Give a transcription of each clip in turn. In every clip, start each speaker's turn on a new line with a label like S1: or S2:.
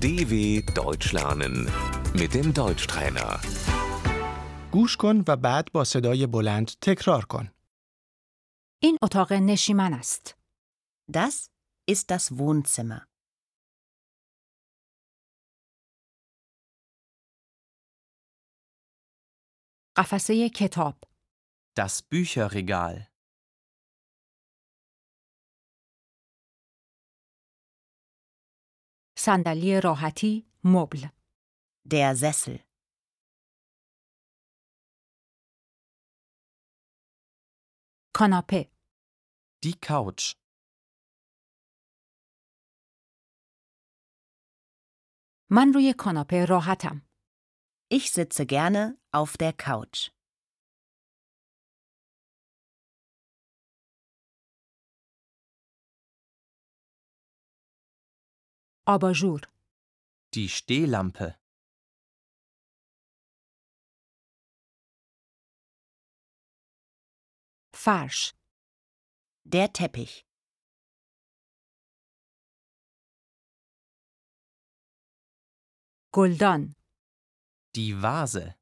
S1: DW Deutsch lernen mit dem Deutschtrainer.
S2: گوش کن و بعد با صدای بلند تکرار کن.
S3: این اتاق نشیمن است.
S4: Das ist das Wohnzimmer.
S3: قفسه کتاب،
S5: Das Bücherregal.
S3: صندلی راحتی، مبل،
S4: Der Sessel.
S3: کاناپه،
S5: Die Couch.
S3: من روی کاناپه راحتم.
S4: Ich sitze gerne auf der Couch.
S3: آباژور،
S5: Die Stehlampe.
S3: فرش،
S4: Der Teppich.
S3: گلدان،
S5: Die Vase.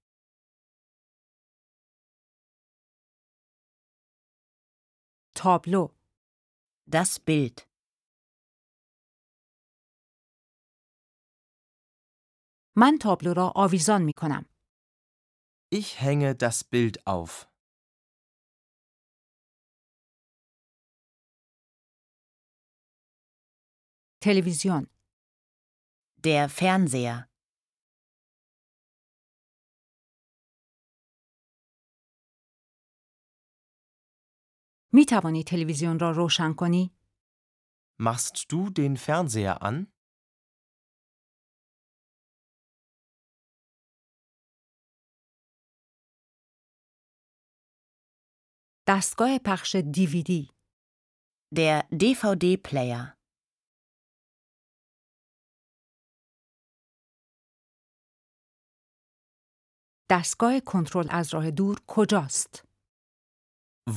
S3: تابلو،
S4: Das Bild.
S3: من تابلو را آویزان می کنم.
S5: Ich hänge das Bild auf.
S3: تلویزیون،
S4: Der Fernseher.
S3: می توانی تلویزیون را روشن کنی؟
S5: Machst du den Fernseher an?
S3: دستگاه پخش دیویدی،
S4: Der DVD-Player.
S3: دستگاه کنترل از راه دور کجاست؟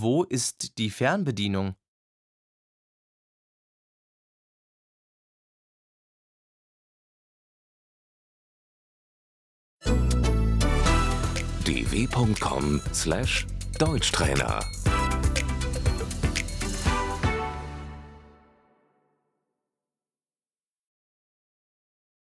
S5: Wo ist die Fernbedienung?
S1: dw.com/deutschtrainer